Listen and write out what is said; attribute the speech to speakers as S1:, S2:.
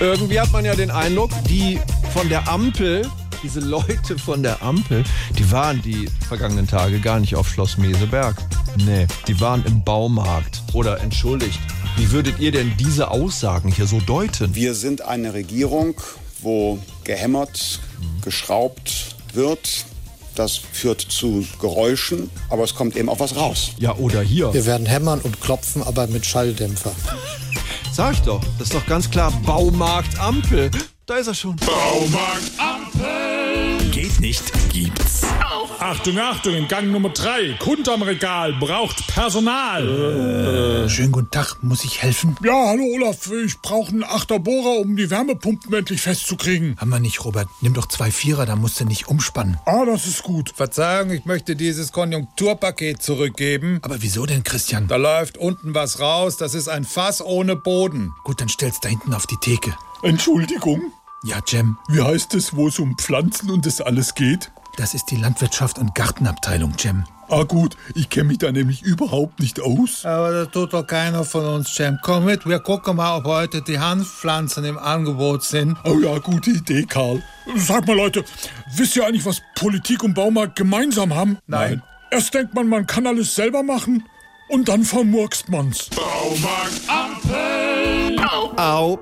S1: Irgendwie hat man ja den Eindruck, die von der Ampel, diese Leute von der Ampel, die waren die vergangenen Tage gar nicht auf Schloss Meseberg. Nee, die waren im Baumarkt. Oder entschuldigt, wie würdet ihr denn diese Aussagen hier so deuten?
S2: Wir sind eine Regierung, wo gehämmert, geschraubt wird. Das führt zu Geräuschen, aber es kommt eben auch was raus.
S1: Ja, oder hier.
S3: Wir werden hämmern und klopfen, aber mit Schalldämpfer.
S1: Sag ich doch, das ist doch ganz klar Baumarkt Ampel. Da ist er schon.
S4: Baumarkt Ampel.
S5: Geht nicht, gibt's.
S4: Achtung, Achtung, in Gang Nummer 3. Kund am Regal braucht Personal.
S6: Äh, Schönen guten Tag, muss ich helfen?
S4: Ja, hallo Olaf, ich brauche einen Achterbohrer, um die Wärmepumpen endlich festzukriegen.
S6: Haben wir nicht, Robert. Nimm doch zwei Vierer, da musst du nicht umspannen.
S4: Ah, das ist gut.
S7: Verzeihung, ich möchte dieses Konjunkturpaket zurückgeben.
S6: Aber wieso denn, Christian?
S7: Da läuft unten was raus, das ist ein Fass ohne Boden.
S6: Gut, dann stell's da hinten auf die Theke.
S4: Entschuldigung,
S6: Ja, Jem,
S4: wie heißt es, wo es um Pflanzen und das alles geht?
S6: das ist die Landwirtschaft und Gartenabteilung, Jem.
S4: Ah gut, ich kenne mich da nämlich überhaupt nicht aus.
S7: Aber das tut doch keiner von uns, Jam. Komm mit, wir gucken mal, ob heute die Hanfpflanzen im Angebot sind.
S4: Oh ja, gute Idee, Karl. Sag mal Leute, wisst ihr eigentlich, was Politik und Baumarkt gemeinsam haben?
S7: Nein.
S4: Erst denkt man, man kann alles selber machen und dann vermurkst man's.
S1: Au,